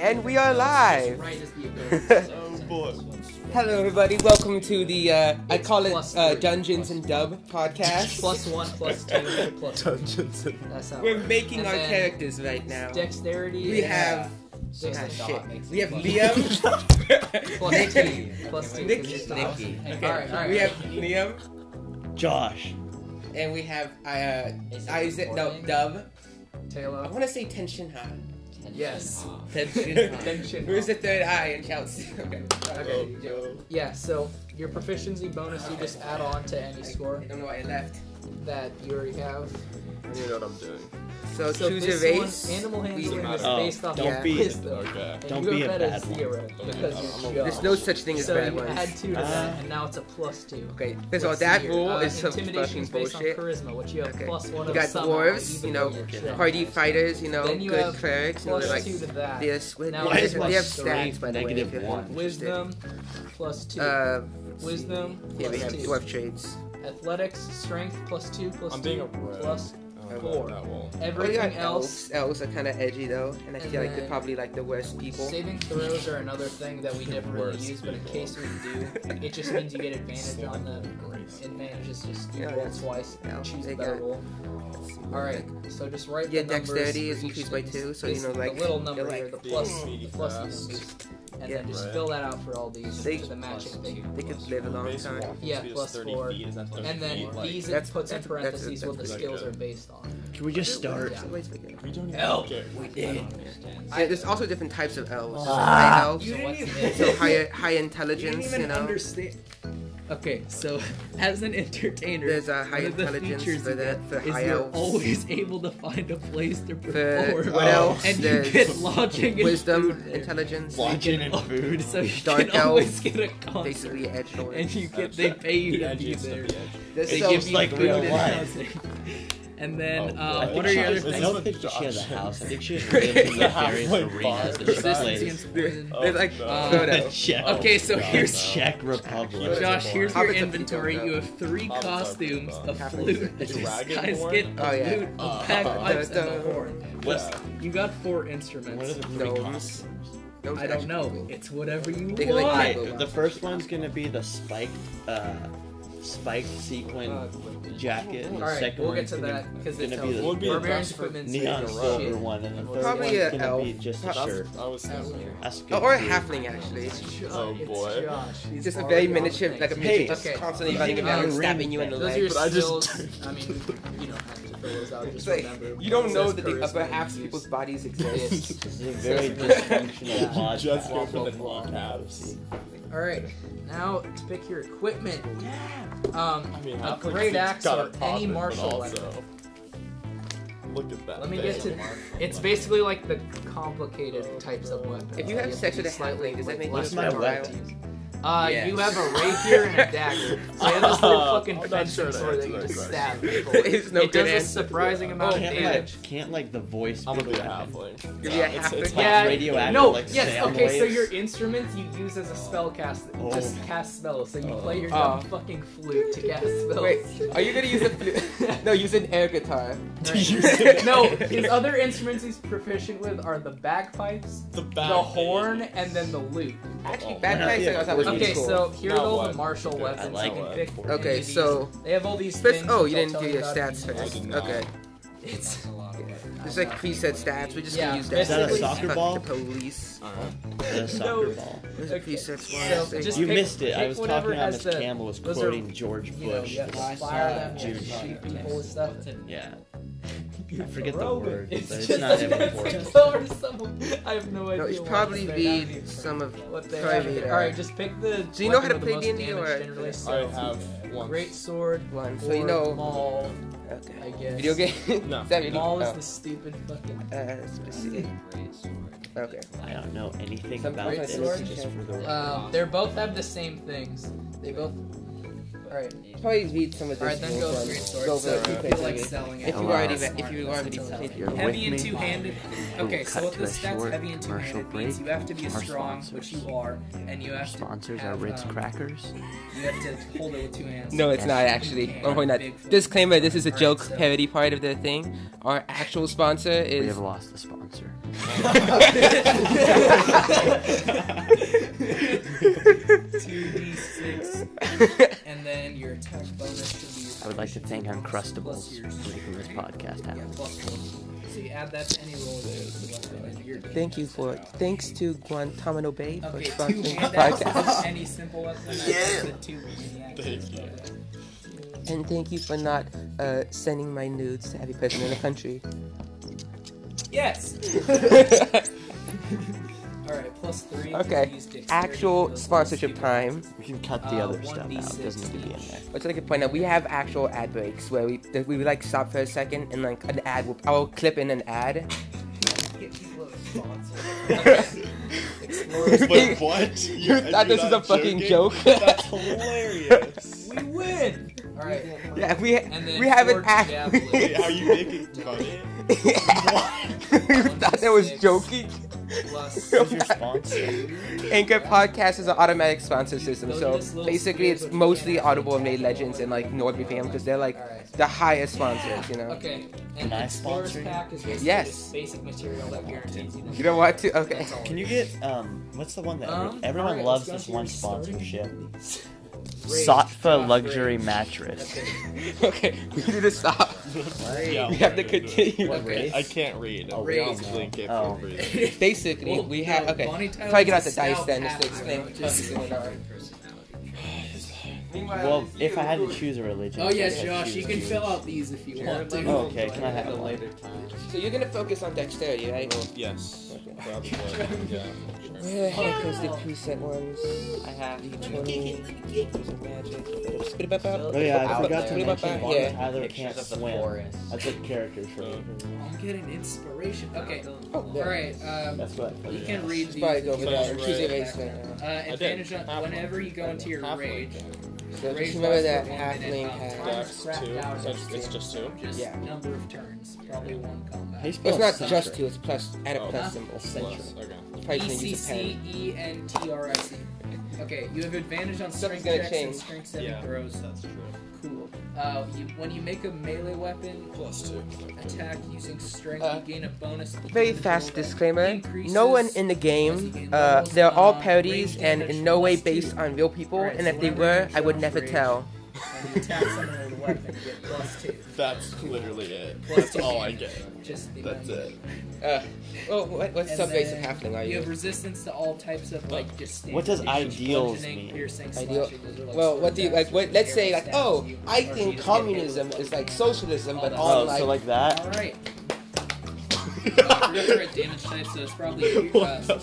And we are live. Oh, Hello, everybody. Welcome to the uh, I It's call it plus uh, three, Dungeons plus and Dub podcast. plus one, plus two, plus one. Dungeons and That's how it We're works. making And our then characters right now. Dexterity. We yeah. have So it's ah, a dot, shit. makes it We have plus- Liam, Plus Nikki, two. Plus two. Nikki, because it's Nikki. awesome. Okay. All right, all right. We have Liam, Josh. and we have uh, Is it Isaac. No, recording? Dub. I Taylor. want to say Tenshin Han. Yes. Uh-huh. Tenshin Tension. Where's the third eye in Chelsea? Okay. Okay. Yeah. So your proficiency bonus, you just add on to any I score don't know why I left. that you already have. I need what I'm doing. So, So choose this a race. One, animal handling Leader. is Oh, based off don't your be- wisdom. Okay. And Don't your be a bet is bad one. zero because you're There's no such thing as so bad you ones. add two to Ah. that, and now it's a plus two. Okay, first Let's of all, that see here. rule Uh, is some intimidation fucking is based bullshit. on charisma, which you have Okay. plus one You of got somehow, dwarves, even you know, though you're shit. Hardy fighters, you know, Then you good have clerics, you know, plus like two to that. this. With, Now they, Why is have, my they have strength stats, by the way. negative if you're one? interested. Wisdom plus two. Uh, Wisdom yeah, we plus have two. dwarf traits. Athletics, strength plus two plus I'm two being a pro. plus four. Oh, you got Everything else. elves. Elves are kind of edgy though, and I And feel like then- they're probably like the worst people. Saving throws are another thing that we never really Worst use, but in people. case we do, it just means you get advantage on them. Advantage is just you Yeah, roll that's- twice and yeah, choose they a better got- roll. Alright, so just write Yeah, the numbers. dexterity for is each increased by thing. two, so, It's you know, like, the little you're number like- here, the plus, Being the plus fast. numbers, and Yeah. then just Right. fill that out for all these They- to the matching thing. They could live a long time. Yeah, plus four. Is that And then these it That's- puts in that's- that's- parentheses what the that's- skills are based on. Can we just Elves start? are way bigger. We don't even Help. get- We did. Yeah, there's also different types of elves. Ah. High elves, You didn't so even- higher, high intelligence, you know. understand. Okay, so as an entertainer, There's a high one of the intelligence features for you that get for is high you're elves. always able to find a place to For perform, what else? and you There's get lodging and wisdom, food there. intelligence, Lodging and food. so you dark can always elf, get a basically concert, edge and lords. you get they pay you to be there. There's It so gives, many like, food real and- life. And then, Oh, uh, God. what are your It's other not- things? it's don't think she has a house. I think she just lived in like various Halfway arenas bar. that she Consistency and plays. spin. There's like Oh, photo. Czech. Okay, so here's- Czech Republic. Josh, here's Hobbits your are pretty inventory. dope, You though. have three Hobbits are costumes, pretty a dope. flute, a It's disguisket, dragonborn? Oh, yeah. a flute, a Uh, pack of uh, pipes, and a uh, horn. What's You got four what are instruments. the three Gnomes. costs? Those I are don't actually know. cool. It's whatever you They want. like Why? Lego The ones. first one's gonna be the spiked, uh, spiked sequin jacket. and the All right, second Uh, we'll get one's to gonna that because it's gonna be the- how We'll be the barbarians best put in neon shit. silver one, and the third Probably one's a gonna be elf. just a Probably- shirt. I was thinking. That's good. Or a too. halfling, actually. Josh, Oh, it's boy. Josh. He's It's just a already very on the miniature, thing. like a Hey, miniature, just okay. constantly Yeah, running um, around and ring stabbing you in the Those leg. are your But I just- skills. I mean, you don't have to fill those out. It's Just like, remember. you don't it know says that the charisma upper and halves of use. people's bodies exist. Yes. This is a very Yeah. dysfunctional mod Just pack. go for the kneecaps. All right, now to pick your equipment. Um, I mean, a half, like, great six axe got or it any popping, but martial weapon. also- Look at that. Let me get to. thing. It's basically like the complicated types of weapons. If you have They sex with a slightly halfling, does that make you less a My versatile. weapon. Uh, Yes. you have a rapier and a dagger. So you have this little Oh, fucking I'm not fencing sure to sword that answer you that just question. stab people. There with. is no it good does a answer. Oh. surprising amount of Can't damage. like, can't like the voice I'm be gonna be a that? halfling. You'll be a It's- it's halfling. like Yeah, radioactive, no, like, yes, sound okay, so waves? your instruments you use as a spell cast, just Oh. cast spells, so you Oh. play your Oh. dumb fucking flute to cast spells. Wait, are you gonna use a flute? No, use an air guitar. Right. no, his other instruments he's proficient with are the bagpipes, The, the back horn, and the lute. Actually, Oh, bagpipes yeah. I thought was That'd be Okay, pretty cool. so here's Now all the what? martial Dude, I weapons like you it. can pick. from Okay, any of these. so- they have all these First, things. oh, which you I'll didn't tell do you your about in stats a minute. first. minute. Okay. It's There's like preset stats. We're just gonna Yeah, use Is that a Fuck soccer ball? The police. The soccer No. ball. There's a Okay. presets So, one. There's- just You pick- missed it. I pick was whatever talking how has Miss the- Campbell was those are- quoting George you know, Bush. you have to the fire them, you June have to shoot shooting. people and stuff. Yeah. I forget the Robin. word, It's but it's just not a that fancy important. color someone. I have no idea. No, it's why probably they be some of. What they Sorry, have. Vito. All right, just pick the. Do you know how to weapon with the play most D&D damage or- generally, I so have one. great sword. One, or so you know- Maul. Okay. I guess. Video game? No. Is that really? Maul is oh. the stupid fucking. Uh, let's see. Okay. I don't know anything Some about great this. sword. Just for the Um, they both have the same things. They both. All right. Probably read some of this. All right, then real go quick. three swords. Go so for if it. you feel like selling it. If you Hello. already, if you already played your With Heavy and me? two-handed. Okay, We'll so cut what to the a stats short heavy and commercial two-handed means you break. have to be Our strong, sponsors. which you are, and you have to have, um, Crackers. You have to hold it with two hands. No, it's not actually. One point not. Disclaimer: This is a joke parody part of the thing. Our actual sponsor is lost the sponsor. Two D six, and then your attack bonus should be. Your I would like to thank plus- plus Uncrustables yours. for making this podcast Yeah, happen. plus one. So you add that to any roll that you left and then you're Thank you for thanks to Guantanamo Bay for Okay, two sponsoring the handouts. podcast, any simple weapon. I Yeah. put the two maniacs. Thank you. and thank you for not uh, sending my nudes to every person in the country. Yes. All right, plus three. Okay, Use dexterity for Actual those sponsorship stupid- time. We can cut the Uh, other stuff out. It doesn't need to be in there. Which I could point out, we have actual ad breaks where we that we would like stop for a second and like an ad. Will, I'll clip in an ad. Get people to sponsor. Explorers. Wait, what? You, You thought you're this was not a fucking joking? joke? That's hilarious. We win. All right. yeah, we And then we have an forged ad. javelin. Wait, are you making fun? What? you thought that was Six. joking? Plus. Who's your sponsor? Anchor Podcast is an automatic sponsor system, Those are just so little basically spears it's which mostly you can't Audible and actually Made tap Legends on. and like Nordby Fam because they're like Alright. the highest sponsors, you know. Okay. And Can I explorer's sponsor you? pack is basically Yes. just basic material that guarantees you. You don't want to? Okay. That's all Can it you is. get um? What's the one that every- Um, everyone alright, loves? let's This go to one your starting sponsorship. Rage, Sotfa top luxury rage. mattress. That's it. okay, we need to stop. Yeah, We have to whatever. continue. What race? I can't read. Oh, I'm race. constantly getting Oh. read. Basically, Well, we have. no, Okay. Bonnie If I get out the Tyler's dice, then snout just to hat, explain what which the fuck is is going on. Well, if I had to choose a religion. Oh I yes, guess I'd Josh, choose you can you. fill out these if you want to. Oh, okay, can I have one? So you're gonna focus on dexterity, right? Yes. Okay. Probably. Yeah. sure. Yeah, because the preset ones. I have D20. those are magic. Spit it up out. Oh yeah, I Out forgot there. to Spit it up mention out. Bonnie Yeah. Tyler can't swim. That's a character trait. I'm getting inspiration. Okay. Oh, All yeah. right. Um, That's what. you can read Just these. probably go if you with want. that or choose erase thing. Uh, advantage on Half whenever you go into your Half rage. So Raise just remember last that for one minute, halfling um, has. That's Cracked two. out. So it's- it's just two. Just Yeah. number of turns, probably one combat. It's It's not just two. It's plus. Add a Oh. plus Huh? symbol. Plus, You Okay. E probably shouldn't C use a pen. C E N T R I C. Okay, you have advantage on strength Something's gonna checks and change. strength saving Yeah. throws. That's true. Cool. Uh, you, when you make a melee weapon Plus two. attack using strength, Uh, you gain a bonus. to Very the fast roll that disclaimer. increases- No one in the game. Uh, they're all parodies and in no way based on real people. And if they were, I would never tell. When you attack someone with a weapon, you get plus two. That's literally it. Plus That's two all I get. damage. Just the That's amount. it. Uh, oh, what, what's And sub base then of halfling are You have you? resistance to all types of like just. What does standard damage, ideals bludgeoning, mean? Piercing, Ideal- slashing, those are, like, Well, what do you sword like? What? attacks, Let's say arrow like, stabs, oh, you- or I you just think get hit communism with is one. like socialism, but Oh, on like so like that. All right. Uh, different damage types, so it's probably uh, What the-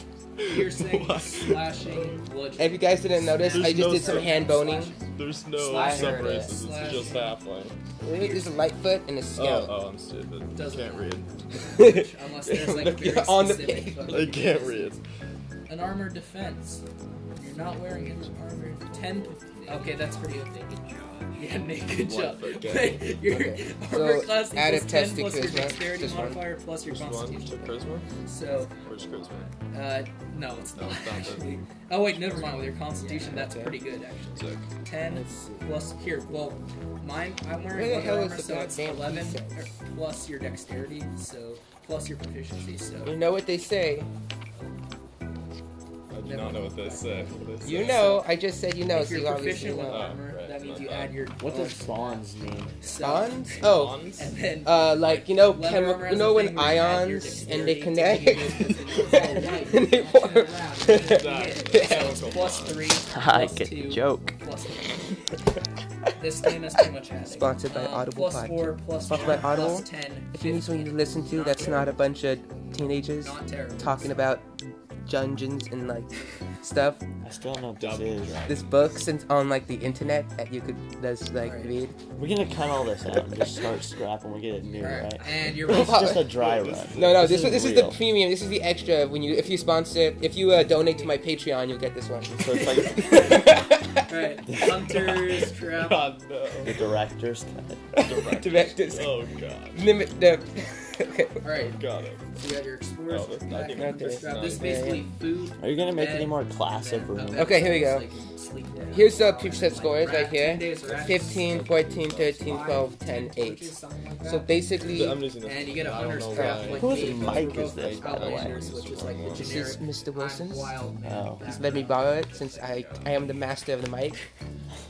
piercing, What? slashing, bludgeoning. If you guys didn't notice, There's I just no did some sub- hand boning. There's no Slash- sub races. Slash- It's just halfling. There's a lightfoot and a Oh, scout. oh, I'm stupid. Doesn't Can't matter. read. Unless there's like Look, very you're on the specific page. fucking I can't pieces. read. An armor defense. You're not wearing any armor. Ten. Okay, that's pretty good. Naked job. Yeah, naked What job. the gay? your Okay, armor so class add a equals ten test to plus your charisma, dexterity just one. modifier plus your There's one to constitution. charisma. So, Where's charisma? uh, no, it's No, not it's not that. actually. Oh wait, never mind. With your constitution, that's Okay. pretty good actually. Sick. Ten plus here. Well, mine. I'm Where the wearing one hell is armor, the so it's goddamn eleven preset? er, plus your dexterity, so plus your proficiency. You So know what they say. I do not know what this said. What this You said. know. I just said you know, if so you're you obviously proficient with know. Oh, armor, right, that means my you bad. add your What does bonds mean? so- Bonds? Oh, Bonds? And then uh, like you know, Leather armor chemi- has you a know thing when where you add your Oh, ions and they connect. dexterity to your dexterity. And they Action form- allowed. So it's Exactly. plus three. I plus get two, the joke. plus one. this game is too much adding. Sponsored by Um, Audible plus Podcast. four, plus Sponsored by one, plus Audible. ten, If you need something to 15. listen to, that's not a bunch of teenagers Not terrible. talking about dungeons and like stuff. I still don't know what this Double is. This book since on like the internet that you could just like Right. read. We're gonna cut all this out and just start scrap when we get it new, All right? right, and you're It's Wow. just a dry run. No, no, this, is was- this is the real. premium. This is the extra. When you if you sponsor, if you uh, donate to my Patreon, you'll get this one. So it's like right. Hunters, travel. God no. the director's cut. Direct this. Oh god. Limit the. Alright, Got it. you got your explorers. Oh, that's not back. even- Grab that's not this even- basically food. Are you gonna make any bed, more class bed, of rooms? bed, Okay, here we go. so you can sleep down. Here's the peep set scores Like, right here. ten days or after. 15, 14, 13, 12, 10, 8. Something like that. So basically, I'm using this. And you get a I don't hunter's know trap. why. Like Whose me, but mic we're is both this, by the way? Outlanders, which is like the This this is generic Mr. I'm Wilson's. wild man Oh. background. Please let me borrow it since I, I am the master of the mic.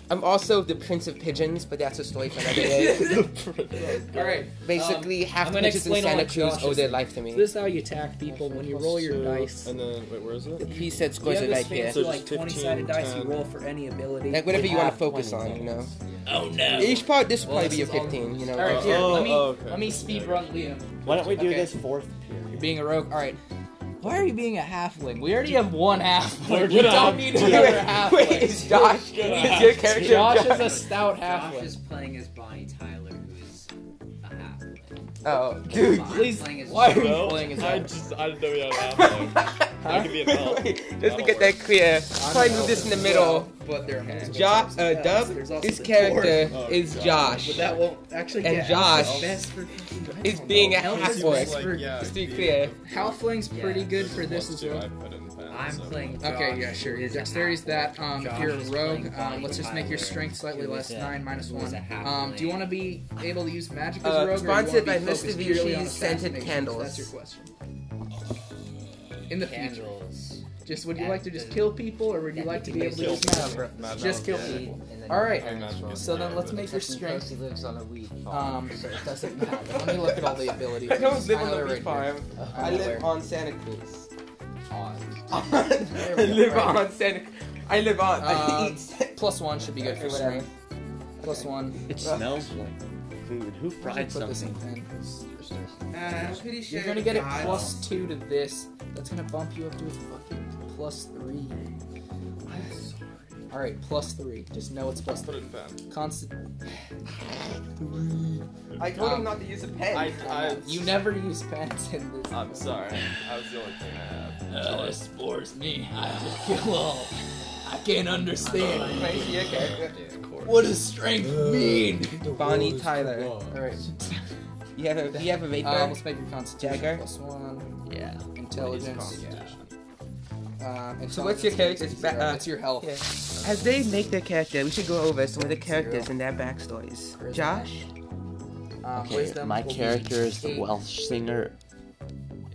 I'm also the Prince of Pigeons, but that's a story for another day. Oh, All right. Basically, Um, half I'm the gonna pigeons in explain all Santa my Cruz owe Josh's- their life to me. This is how you attack people when you roll your So- dice. And then, wait, where is The it? P set You scores have are right this here. fancy So like just 15, 20-sided dice you 10. roll for any ability. Like whatever We you want to have focus on, 20 you know. oh no. Each part, this will Well, probably be your this is all- 15, you know. All right, Oh, here. oh, let me oh, okay. let me speed run Liam. Why don't we do Okay. this fourth period? Being a rogue. All right. Why are you being a halfling? We already have one halfling. We gonna don't have need another halfling. Wait, is Josh? Is your character Josh is Josh? a stout Josh halfling. is playing as Bonnie Tyler, who is a half. Oh, dude. Please, playing as why are you Well, playing as I halfling? just, I didn't know we had an option. I could be an elf. Wait, just to get that clear, probably move this in the middle. But there are multiple types Josh, of uh, spells. Dub, There's also his the character dwarf. is Oh, God. Josh. But that won't actually. And yeah, Josh that's the best for Is being a Elf half is orc. like- yeah, Just to be dude. clear. Halfling's pretty good for this Plus as two, well. I put in ten, I'm so- playing. Josh. Okay, yeah, sure. Your who's a dexterity's half-orc. that. Um, if Josh you're a is rogue, playing um, Bonnie let's just make your Tyler, strength slightly who less. is a- Nine minus who is one. a half Um, do you want to be able to use magic as Uh, a rogue, or do you sponsored want by to be focused Mr. purely on Vishi's scented assassinations? candles. That's your question. In the future, Candles. just would you That like to just doesn't- kill people, or would you that like to be doesn't able to kill use magic? Mad Mad Just kill Mad people. Mad All right. Mad Mad So Mad then let's Mad. make your strength. lives on a weed farm. Um, so it doesn't matter. Let me look at all the abilities. I don't live on know a they're wheat right here. farm. Uh, I live on Santa Cruz. On. I we go, live right. on Santa. I live on. I Uh, eat. Santa- Plus one should be good Okay, for whatever. strength. Plus Uh, one. It smells like food. Who fried Put this in pen. something? I'm pretty sure You're gonna get a plus two to this. That's gonna bump you up to a fucking plus three. All right, plus three. Just know it's plus Put three. it down. Constant. I told him Um, not to use a pen. I, I, You never use pens in this. Uh, I'm sorry. That was the only thing I had. Uh, this bores me. I will kill all. I can't understand. Right here, Uh, okay. What does strength mean? Bonnie Tyler. Alright. You have a you have a vape Uh, Um, gun? let's make your constitution Dagger? plus one. Yeah. Intelligence. Um, So what's your intelligence makes character's it ba- zero. uh, It's your health. yeah. As they make their character, we should go over some of the characters and their backstories. Josh? Um, Okay, wisdom my will be character is the eight. Welsh singer.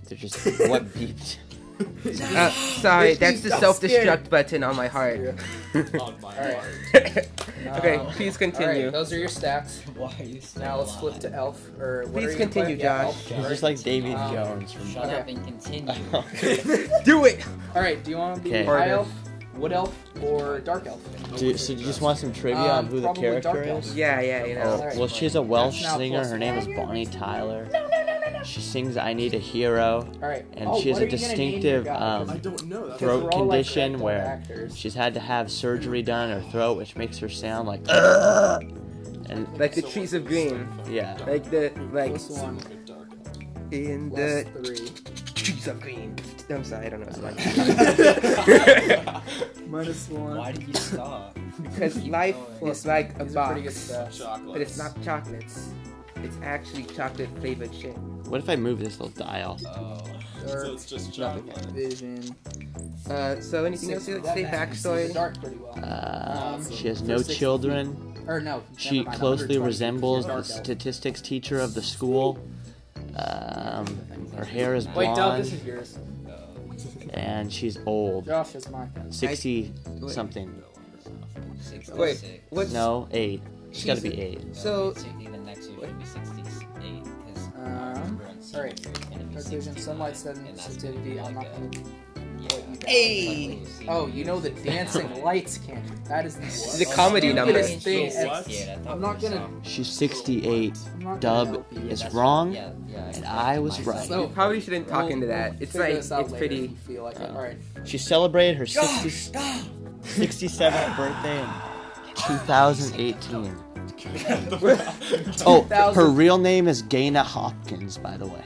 They're just what beeped. Uh, sorry, that's the self destruct button on my heart. On my All right. heart. okay, Um, please All right, continue. those are your stats. Why are you so Now let's flip to elf or what Please are you continue, playing? Yeah, Josh. elf, He's right. just like Davy Um, Jones from. Shut Okay. up and continue. Do it! All right, do you want to be Okay. high elf, wood elf, or dark elf? Do, so do you just want some trivia on Um, who the probably character Dark Elf. is? Yeah, yeah, you Oh, know. well, she's a Welsh That's now singer. plus Her name is Bonnie Tyler. No, no, no, no, no. She sings "I Need a Hero," All right. and oh, she has what a are you gonna name distinctive your guy? um, don't know. That's throat we're all, like, condition adult where actors. she's had to have surgery done on her throat, which makes her sound like. "Ugh." And Like the trees of green. yeah, Like the like Plus one, in plus the three. trees of green. I'm sorry, I don't know. It's like Minus one. Why do you stop? because life is like a These are pretty good uh, box, stats. Chocolate. but it's not chocolates. It's actually chocolate flavored shit. what if I move this little dial? So Oh, Dark, it's just chocolate. vision. Uh, so anything Six. else you like That to say? matches the Backstory. Dark pretty well. Uh, Um, she has for no 60 children. Or no. She never mind, 120. closely resembles the Dark elf. statistics teacher of the school. Um, her hair is Wait, Dub, this blonde, is yours. and she's old. Josh is mine. 60 something. Wait, what's No, 8. She's gotta She's be 8. so? the next year should be 68. Um, all right. Dark vision, sunlight, sensitivity. I'm not gonna. what you got. Hey. Oh, you know the dancing lights cannon. That is the This is a comedy number. stupidest thing. ever. I'm not gonna. She's 68. I'm not gonna Dub help you. is wrong, Yeah, yeah. and I was right. So- You probably shouldn't talk We'll- into that. we'll It's figure like this out it's later if pretty. you feel like it. Oh. All right. She celebrated her 60, 67th birthday in 2018. Oh, her 2000. real name is Gaina Hopkins, by the way.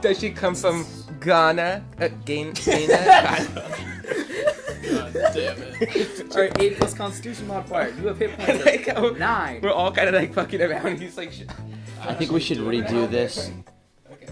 Does she come from Ghana? Uh, Gain, Ghana? God damn it. All right. Eight plus Constitution modifier. You have hit points. like of how Nine. we're all kind of like fucking around. He's like, sh- I think we should redo this. Okay.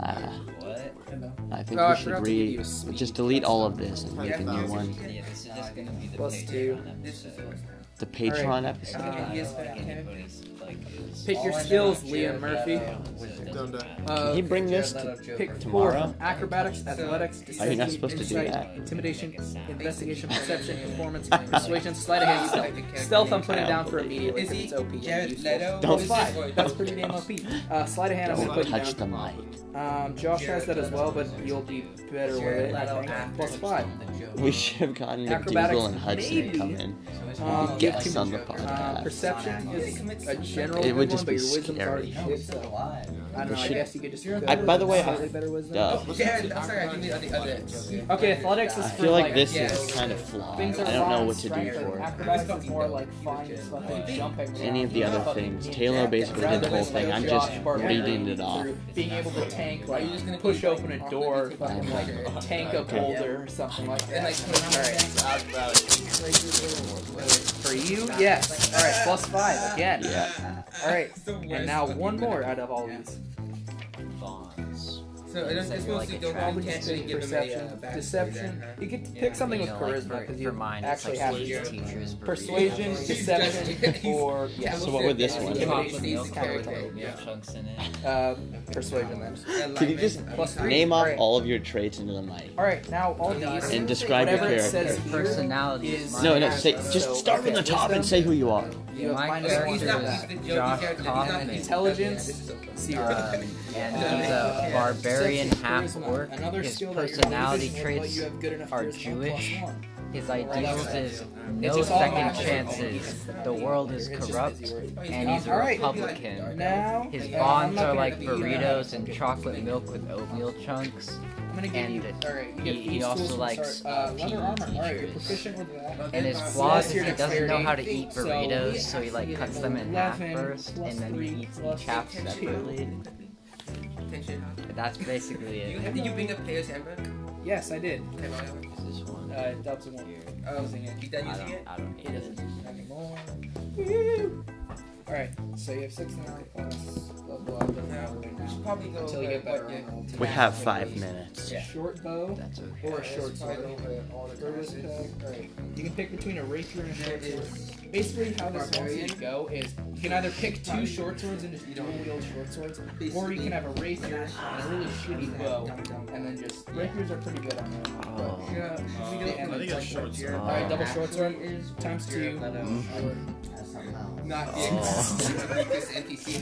Uh, What? Hello. I think Oh, I we should forgot to give re you a speed. just delete all of this and make Yeah, a new one. Yeah, this is just gonna be the Plus Patreon two. episode. The Patreon episode. I don't yes, think okay. anybody's, like, is- Pick your All I know skills, is Liam Jared Murphy. Leto, so it doesn't Dun dun. matter. Can Uh, he bring this Jared to? Leto, Joker. pick four tomorrow? acrobatics, athletics, Are you deception, not supposed to do insight, that? intimidation, investigation, perception, performance, persuasion, sleight of hand, stealth. Stealth, I'm putting down for immediately Is because he it's OP. and Jared useful. Leto? Don't- Is Five. this- That's pretty damn OP. Uh, sleight of hand, I'm Don't putting down. touch the mic. Hmm. Um, Josh has that as well, but you'll be better with Jared it. Leto I think. actor Plus who's five. done the Joker. We should have gotten Acrobatics, McDougal and Hudson to come in. So it's Um, not Get Jared us on the Leto. Uh, podcast. perception is a general It good would one, just but be your wisdom's already scary. shit, so I don't know. I should- guess you could just. I- by the way, I- slightly better wisdom. Duh. Jared, I'm sorry, I do need other others. Okay, athletics is I for feel like this yeah, is it's- kind of flawed. I Things are don't know wrong, what to do strength, and for Acrobatics is more like flying stuff and jumping. any of the around. other things. Taylor basically did the whole thing. I'm just reading it off. Through Being able to tank, like, Are you just gonna push be, like, open a awkward door, to fucking, people? like, tank a Okay. boulder or something like And, like, that. put on Alright, a- for you, yes. Alright, plus five again. Yeah. Alright, It's the worst and now fucking one more minute. out of all these. So it doesn't- it's supposed to go down Comedy, intentionally and give them a, uh, perception, backstory, deception. right? You could pick something with charisma because you actually have to. do it. teachers. Persuasion, He's just- deception, he's- or yeah, So what would this one be? Intimidation, character. uh, persuasion then. Can you just Plus three. name off Alright. all of your traits into the mic All right, now all uh, these and describe your whatever it character? says here Personality is is No, no. Say, So, just start from okay, the top and wisdom, say who you are. You have My minus Like, one he's to not- that. he's the- he's Josh not- he's not Kaufman. the- Intelligence? Yeah, this is so funny. zero. Um, and he's a barbarian half orc. His personality traits are Jewish. His ideals is no second chances. The world is corrupt, and he's a Republican. Now His uh, I'm bonds not are gonna like be- burritos and chocolate milk with oatmeal chunks. I'm gonna give and you. All right, you he- get he these also tools from likes, start. uh, uh, leather PE armor. All right, you're teachers. proficient with that. And his Uh, flaw is so he that's your doesn't know how to dexterity. eat burritos, So, so he like yeah, cuts them in half 11 first, plus and then three he eats plus each half two. separately. Attention. But that's basically You, it. did you bring up player's handbook? Yes, I did. Okay, well, This one. Uh, Dubs won't be using it you done I uh, using don't, it? I don't hate it. anymore. Woo! All right, so you have six now. Plus blah blah blah. No, we should probably go Until you over get better. what your- armor. We have five minutes. A Short bow That's okay. or a short sword. Burlesque tag. Alright. You can pick between a rapier and a short sword. Basically, how this wants you to go is you can either pick two short swords and just dual wield short swords, or you can have a rapier and a really shitty bow, and then just rapiers are pretty good on that. Oh. Yeah, should we go- And I think it's it's like short sword. Oh. Alright, double short sword times two. Uh, Not Mm-hmm. Oh. the weakest NPC.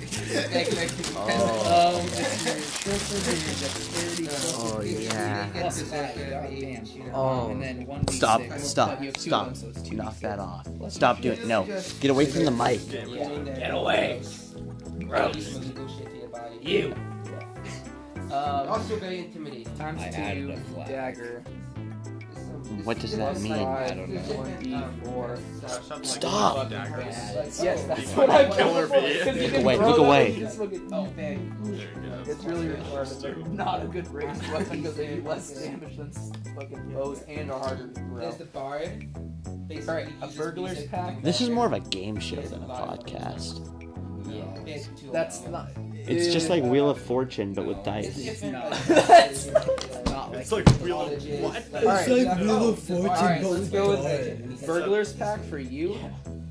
Like, like, Oh. Um, it's your short sword and your dexterity plus- Oh yeah. plus five. goddamn. Oh. And then one d Stop, six, stop, but you have two stop. of them, so it's two Knock d6. that off. Stop doing it. No. Get away from the mic. Get away. Gross. You. Um, Also very intimidating. times I added two a flag. dagger. What does that mean? I don't know. Uh, One Stop. Yes, that's what I'm Killer going for. bee. 'cause you Look can away, throw look that away. and you just look at- It's really retarded. Not a good ranged weapon because they do less damage than s- fucking bows and are harder to throw. There's the bard. Basically, Alright, he a just burglar's uses pack. the This is more of a game show than a podcast. ball. It's too That's low. not. It's just like Wheel of Fortune, but with It's dice. different. not. like, That's not It's like real. What? All It's right. like No. Alright, let's go with It's burglar's pack for you.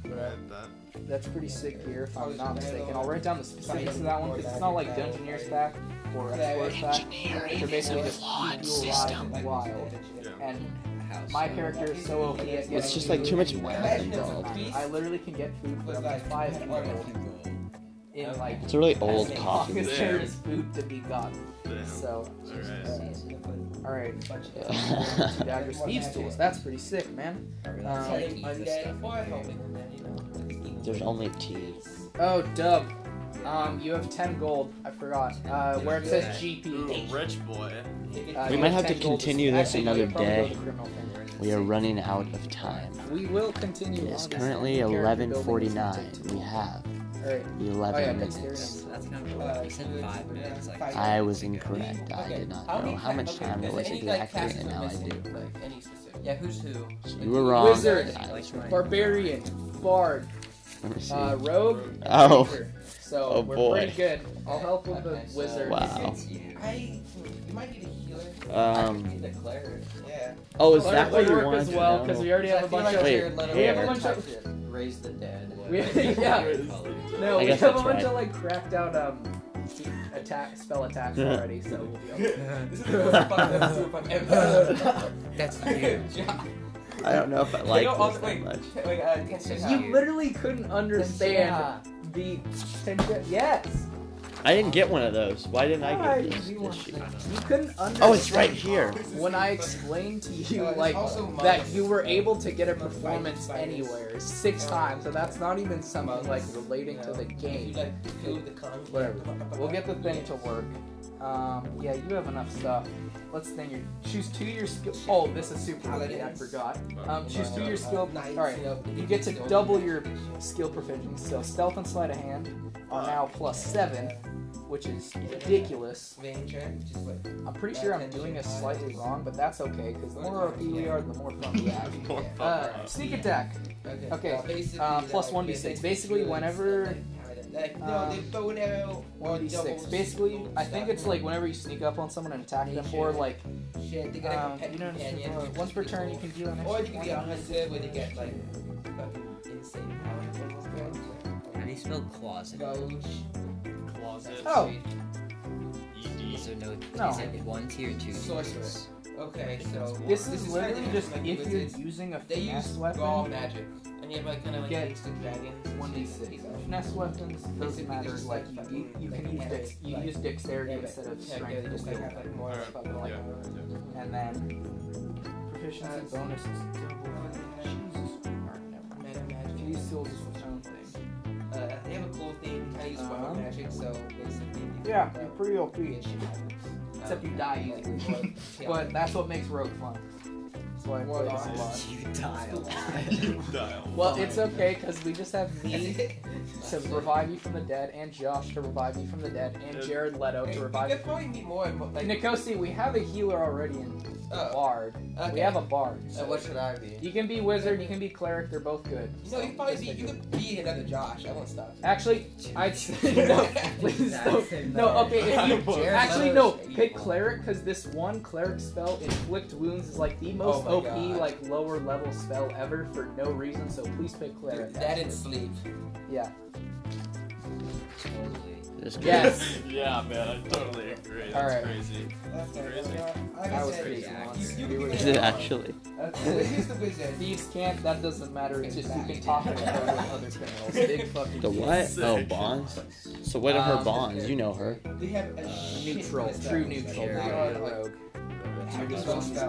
Right, that- That's pretty sick gear, if I'm not mistaken. I'll write down the specifics of that one because it's not like Dungeoneer's pack or Explorer's pack. They're basically just keep you alive and wild. And my character is so OP at getting It's just like too much math Imagine there's a involved. priest I literally can get food for with up to like five an people organ. in like It's a really old as coffee. long as machine. there is food to be gotten. Damn. So, Alright. all right, machine. two dagger thieves tools. That's pretty sick, man. Um, Undead fire helmet. There's only tea. oh, Dub, um, you have ten gold. I forgot. Uh, where it says Ooh, GP. rich boy. Uh, We you might have 10 to gold. continue this Actually, no, you another probably go day. to criminal thing. We are running out of time. We will continue. It on is this currently character building is 11:49. continued. We have All right. Oh yeah, 11 minutes. dexterity. That's kind of what we said five minutes. Like, I was incorrect. I did not know how much time it was exactly, and now I do. Like any specific. Yeah, who's who? So you were wrong. Wizard. I was right. Barbarian, bard, Let me see. uh, rogue. Oh. ranger. So Oh, we're boy. pretty good. I'll help with the Okay, so- wizard. Wow. I. You might need a healer. Um. The cleric. Yeah. Oh, is Cleric that what would you work wanted as well to because know? we already have I a feel bunch like of. Wait, Jared Leto we have a where? bunch of. Raise the dead. We, yeah. No, I we guess have a that's bunch of like cracked out um attack spell attacks already, so we'll be okay. This is the most fucked up group I've ever done. That's huge. Yeah. I don't know if I You like know, this also- that wait, much. wait, uh, Tenshinhan. You literally couldn't understand Tenshinhan. the yes. I didn't get one of those. Why didn't I Why? get this? You this sheet? You couldn't understand. Oh, it's right here. When I um, explained to you Uh, it's like also mine. that you were able to get a performance Fight, fight. anywhere six times, so that's not even something like relating to the game. Like, feel the con- Whatever. We'll get the thing to work. Um, yeah, you have enough stuff. Let's think. Your, choose two of your skill. Oh, this is super easy. I forgot. Um, choose two of your skill. All right, you get to double your skill proficiency. So stealth and sleight of hand Uh, are now plus seven, which is ridiculous. Vein check, which is what- I'm pretty sure I'm doing this slightly wrong, but that's okay because the more OP we are, the more fun we have. Poor Uh, fucker. sneak attack. Okay, well, basically, uh, like, plus yeah, 1d6. they just Basically, do it whenever- instead of having it. Like, uh, no, they throw it out. or 1d6. doubles, Basically, I think it's like doubles. whenever you sneak up on someone and attack them, or like Shit, they got Um, a pet you know, companion. just, uh, once per turn, you can do an Or extra you can be one. a hunter where they get like fucking insane powers. How do you spell closet? Gouge. Closet. Oh, Is ED. there no, No. is it one tier, two tiers? Sorceress. Okay, so this is kinda literally different just from, like, if you're wizards. using a They finesse use gall weapon, magic, and you have like kind of like Get mixed with dragons. and one d shit. six. Finesse weapons doesn't Basically, matter. just Like like you, you, you fucking, can use like, dex, you like- use dexterity Yeah, but- instead of yeah, strength yeah, to just do like have, it. like, more Alright, Fucking like- yeah. And then proficiency uh, bonuses. Jesus. Alright, never mind. meta magic. Fuse seals is its own thing. Uh, they have a cool thing. I use wild Uh-huh. magic, so basically. you Yeah, can, you're uh, pretty OP. create shit happen. Except Um, you die like, using it. warlock- Um, yeah. But that's what makes Rogue fun. That's why I play this a lot. You die a lot. Dial. Well, it's okay because we just have That's me it. to revive you from the dead, and Josh to revive you from the dead, and Jared Leto Hey, to we revive you. could probably meet more. and more, Like, From... Nikosi, we have a healer already in Oh, Bard. okay. We have a Bard. So what should I be? You can be wizard, you can be cleric. They're both good. No, you So, could probably just be. take You it. could be another Josh. I won't stop. Actually, I'd say no. Please don't. No, okay. If you Jared actually no, Leto's pick evil. cleric because this one cleric spell, inflict wounds, is like the most my OP God. like lower level spell ever for no reason. So please pick cleric. That and sleep. Yeah. Totally. This guy- Yes. yeah, man, I totally agree. That's Alright. crazy. Crazy. That was crazy. You, We you, were- you, Is it actually? Who's the wizard? Thieves can't, that doesn't matter, it's just you can talk about her with other criminals. Big fucking The deal. what? Sick. Oh, bonds. So what are her Um, bonds? You know her. They have a shit Neutral, ton of true spells. neutral, They not are, a like, rogue. Focus on spell.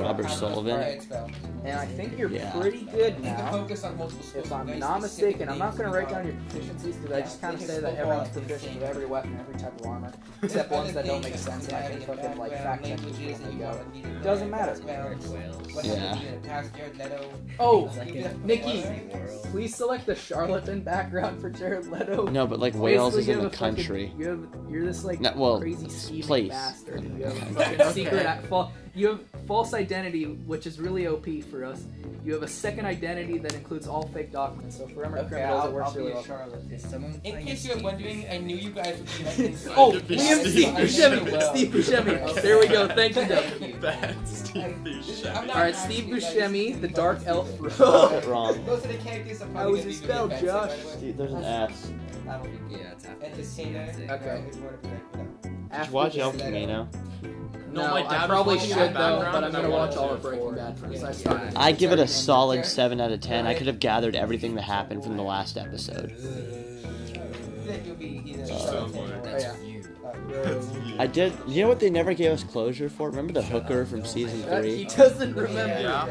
Robert Focus on Sullivan. red spell. And I think you're Yeah. pretty good You can now. focus on multiple spells. If I'm Very not specific mistaken, I'm not things gonna write down you your proficiencies because I just kind of say that everyone's proficient with every weapon, every type of armor, want. except ones Other that don't things make like sense. And I can fucking like background, fact check each languages one that and you go. want to read in Doesn't there, matter. background, what Yeah. happened in the past, Jared Leto. Oh, You Second can- Nikki. world. please select the charlatan background for Jared Leto. No, but like Wales Basically, is you in the have a fucking- country. you have, you're this like No, well, crazy scheming place. bastard. You have a Okay. fucking secret, i- fal- you have false identity, which is really OP for us. You have a second identity that includes all fake documents. So for Emerald Okay, criminals, it I'll, works I'll be really a well. Charlotte. Is someone In playing case a you were Steve wondering, I knew you guys would be like this. Oh, You'd be we have Steve Steve Buscemi. Buscemi. Steve Buscemi. There we go. Thank you. Doug. Bad Steve Buscemi. I'm not All right, actually Steve like Buscemi, Steve the dark elf. Spelled Rogue. it wrong. Those are the characters that probably How gonna was he be really spelled, offensive, by the way. Dude, there's an S. That'll be good. Yeah, it's after Entertainer. the Okay. No, it's more of like, no. Did After you watch this- El Camino? No, No, my dad I was probably watching should that though, but background I'm and gonna I watch wanted all to. of Breaking Bad first. I Yeah. started. I give it a Sorry, solid Andrew. 7 out of 10. I could have gathered everything that happened from the last episode. I feel like you'll be either Uh, Charlotte or- somewhere. That's yeah. you. Uh, That's you. I did. You know what they never gave us closure for? Remember the hooker from season That- 3? He doesn't remember. Yeah.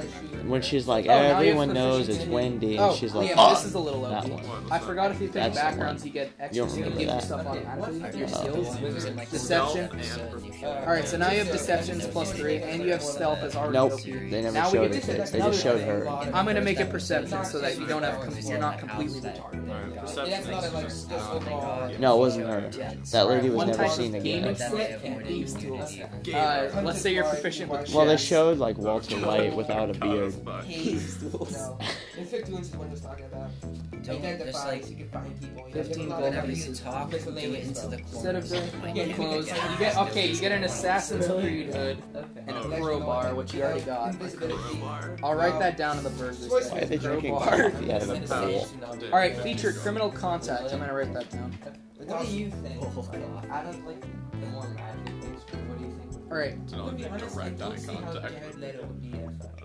When she's like, Oh, now you have everyone knows it's proficiency. Wendy. Oh, And she's like, yeah, but this oh, is a little that OP. one. What was I that? forgot if you pick That's the backgrounds, you get You extra. don't so You can remember give that. yourself Okay, automatically. what Your about skills. One was in, like, Deception. stealth and if you- All Alright, so now you have Yeah. deceptions plus three, and you have stealth as already Nope, OP. they never Now we showed get it. to They the just showed other her. thing. I'm gonna First make a time. perception so that you don't have com- you're not That house completely that- retarded. Alright, Yeah. perception That's not is a, like, just just out. overall- No, it wasn't her. Yeah. That lady was One never type seen of gaming again. That's Uh, let's say you're proficient with. Well, they chess. showed like Walter White without a beard. No. Infect wounds is what I was talking about. Don't just like you can find people. You 15 know, gold whatever you pieces. talk, talk, do with the it into the Instead of corners. doing plain clothes, you get okay. You get an assassin's creed hood and a crowbar, which you already got. I'll write that down in the burgers. Why are they drinking Crowbar. coffee out of a pool? All right, feature criminal contact. I'm gonna write that down. What do you think? I don't like the more magic things. but What do you think? All right, It's not like direct eye contact. with- Leto would be a I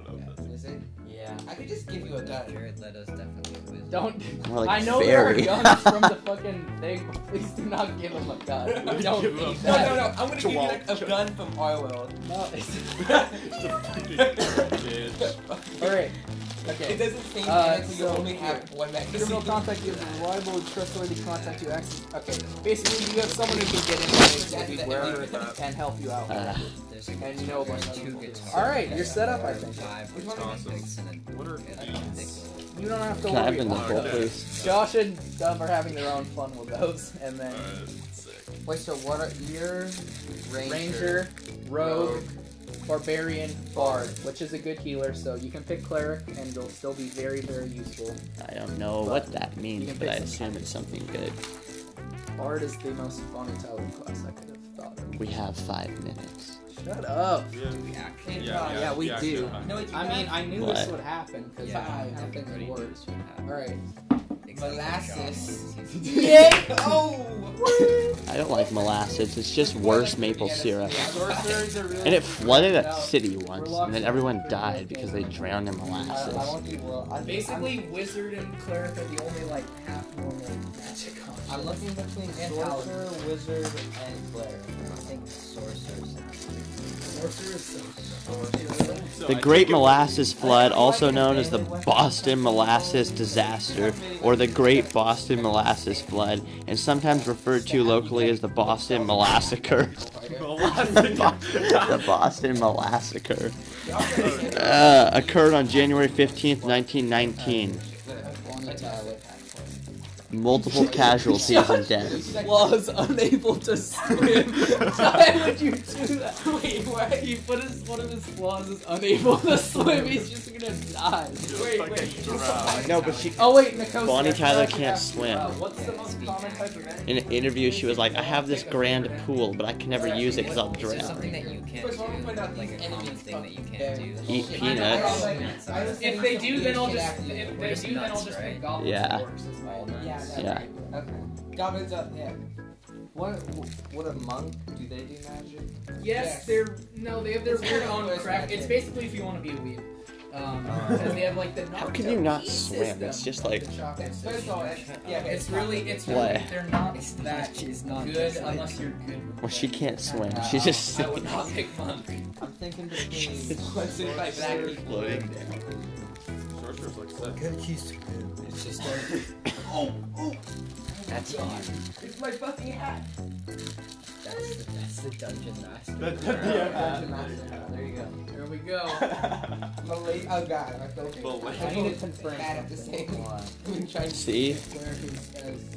don't know. if that's- Is it? Yeah. I could just give you a gun. Jared Leto's definitely a wizard. don't. More like I know fairy. there are guns from the fucking thing. but Please do not give him a gun. We don't Give need him a- No, that. no, no. I'm gonna give you like a Chihuahua. gun from our world. No, it's- It's a fucking bitch. All right. It Okay. doesn't say Uh, that, so you so- only have one magazine. Criminal contact gives a reliable, trustworthy contact to access. Okay. Basically, you have someone who can get in the wherever and help you out. Uh, There's a And you know a bunch there's of two people. guitars. All right, you're set up, I think. Five Which one guitars is it? picks and What are a- and a dick. these? You don't have to can I have worry. another about bowl, it. please? Josh and Dove are having their own fun with those, and then Uh, sick. Wait, so what are your Ranger, Rogue, Barbarian, Bard, which is a good healer, so you can pick Cleric, and you'll still be very, very useful. I don't know what that means, can but I pick assume it's something good. Bard is the most fun intelligent class I could have thought of. We have five minutes. Shut up. Yeah, Yeah, yeah, yeah, we actually do. have- No, you I mean, I knew this What? would happen because Yeah, I nothing works. All right. molasses. Oh! I don't like molasses. It's just worse maple syrup. Sorcerers are really. And it flooded a No, city once, and then everyone died because they drowned in molasses. won't be well. I'm, Basically, wizard and cleric are the only like half normal magic. I'm, I'm looking between Sorcerer, wizard, and player. I think sorcerer sounds. Sorcerer is so So The I Great take it- Molasses Flood, also known as the Boston Molasses Disaster or the Great Boston Molasses Flood, and sometimes referred to locally as the Boston Molassacre. the Boston Molassacre uh, occurred on January 15th, 1919. Multiple casualties and deaths. was unable to swim. Why would you do that? Wait, why? He put his, one of his claws is unable to swim. He's just gonna die. Wait, Fucking wait. drown. No, but she. Oh wait, Nicosia. Bonnie that's Tyler what I can't asked you swim. about. What's the most common type of In an interview, she was like, I have this grand pool, but I can never use it because I'll Is there drown. something that you can't First, why don't we find out do? Like these a common enemies thing that you there? can't do? Eat peanuts. If they do, then I'll just. If they We're just do, then I'll nuts, just right? make goblins Yeah. worse. is my- Yeah, Walnuts. that's Yeah. right. Okay. Goblins up, yeah. What, what a monk, do they do magic? Yes. Yes, they're no, they have their It's weird kinda own like crack. Western. It's basically if you want to be a weeb. Um, because they have like the How can you not Naruto swim? system It's just of like- the chakra That's, system. that's all. That's, yeah, but It's really, it's What? really, they're not that It's not good just like- unless you're good. with Well, she them. can't swim. She's just I would sitting not pick monk. I'm thinking between what's it by black people. floating down. Sorcerer's like sick. It's just like. That's hard. It's my fucking hat. That's the, that's the dungeon master. That- Dungeon yeah. master. uh, There you go. Here we go. Malay. Oh god, I felt it. Malay- I need to confirm Bad at the same. Been trying to See? swear he's as.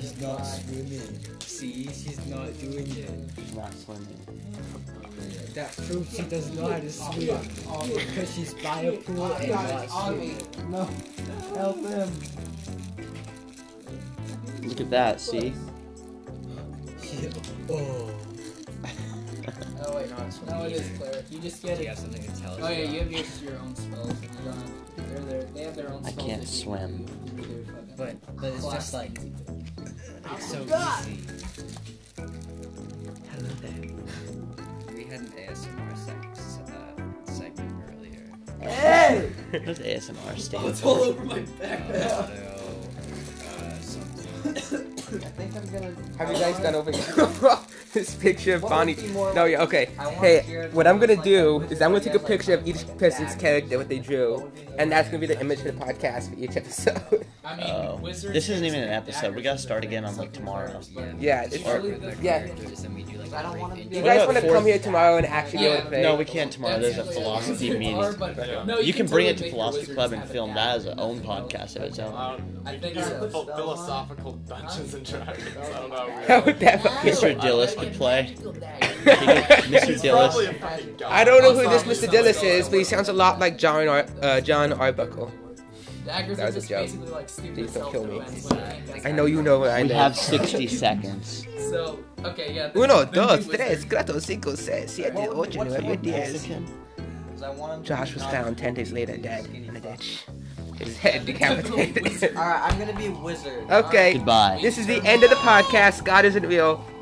She's not swimming. See, she's not doing it. She's not swimming. That proves she doesn't know how to swim. Because she's by a pool and not on swimming. me. No. Help him. Look at that, see? Oh. Oh wait, no, it is cleric. You just get Do it. you have something to tell us Oh yeah, about? you have your, your own spells. And you don't have, they're their, they have their own I spells. can't that you swim. can do with their fucking But, but it's class just like, things. it's Oh so easy. Hello there. We had an ASMR sec- uh, segment earlier. What does ASMR stand It's for? all over my back. Auto, uh, something. I think I'm gonna. Have you guys done over this picture of What Bonnie? would be more No, like- yeah, okay. I want Hey, Jared what to I'm look gonna like do that is I'm gonna wizard take a that has, picture of like, each like a person's dagger. character, what they drew, and that's gonna be the image for the podcast for each episode. I mean, Oh. wizards This isn't are even an just like episode. We gotta daggers start and again on things like tomorrow. theirs, but- Yeah, it's- It's really the- yeah. And we do like I a don't brief want to be. You What guys about wanna fourth- come here tomorrow and actually be able to play? No, we can't tomorrow. There's a That's philosophy really bizarre, meeting. but- Yeah. no, You can bring it totally to make your Philosophy wizards Club and have a film dagger. that as its own podcast of its own. Um, I we think can do so. phil- philosophical dungeons and dragons. I don't know. how we How got would that Mr. Dillis could play. fucking Mr. He's probably Dillis. a fucking god. I don't know who this Mr. Dillis is, but he sounds a lot like John Ar- uh, John Arbuckle. Daggers That are was a just joke. basically like stupid Please don't kill me. self-defense when I guess I know you know what I We know. have 60 seconds. So, okay, yeah. the- Uno, the dos, dude was- tres, cuatro, cinco, seis, siete, ocho, nueve, diez. Josh was found 10 days later dead in a ditch. His head decapitated. Alright, I'm gonna be a wizard. okay, Goodbye. this is the end of the podcast. God isn't real.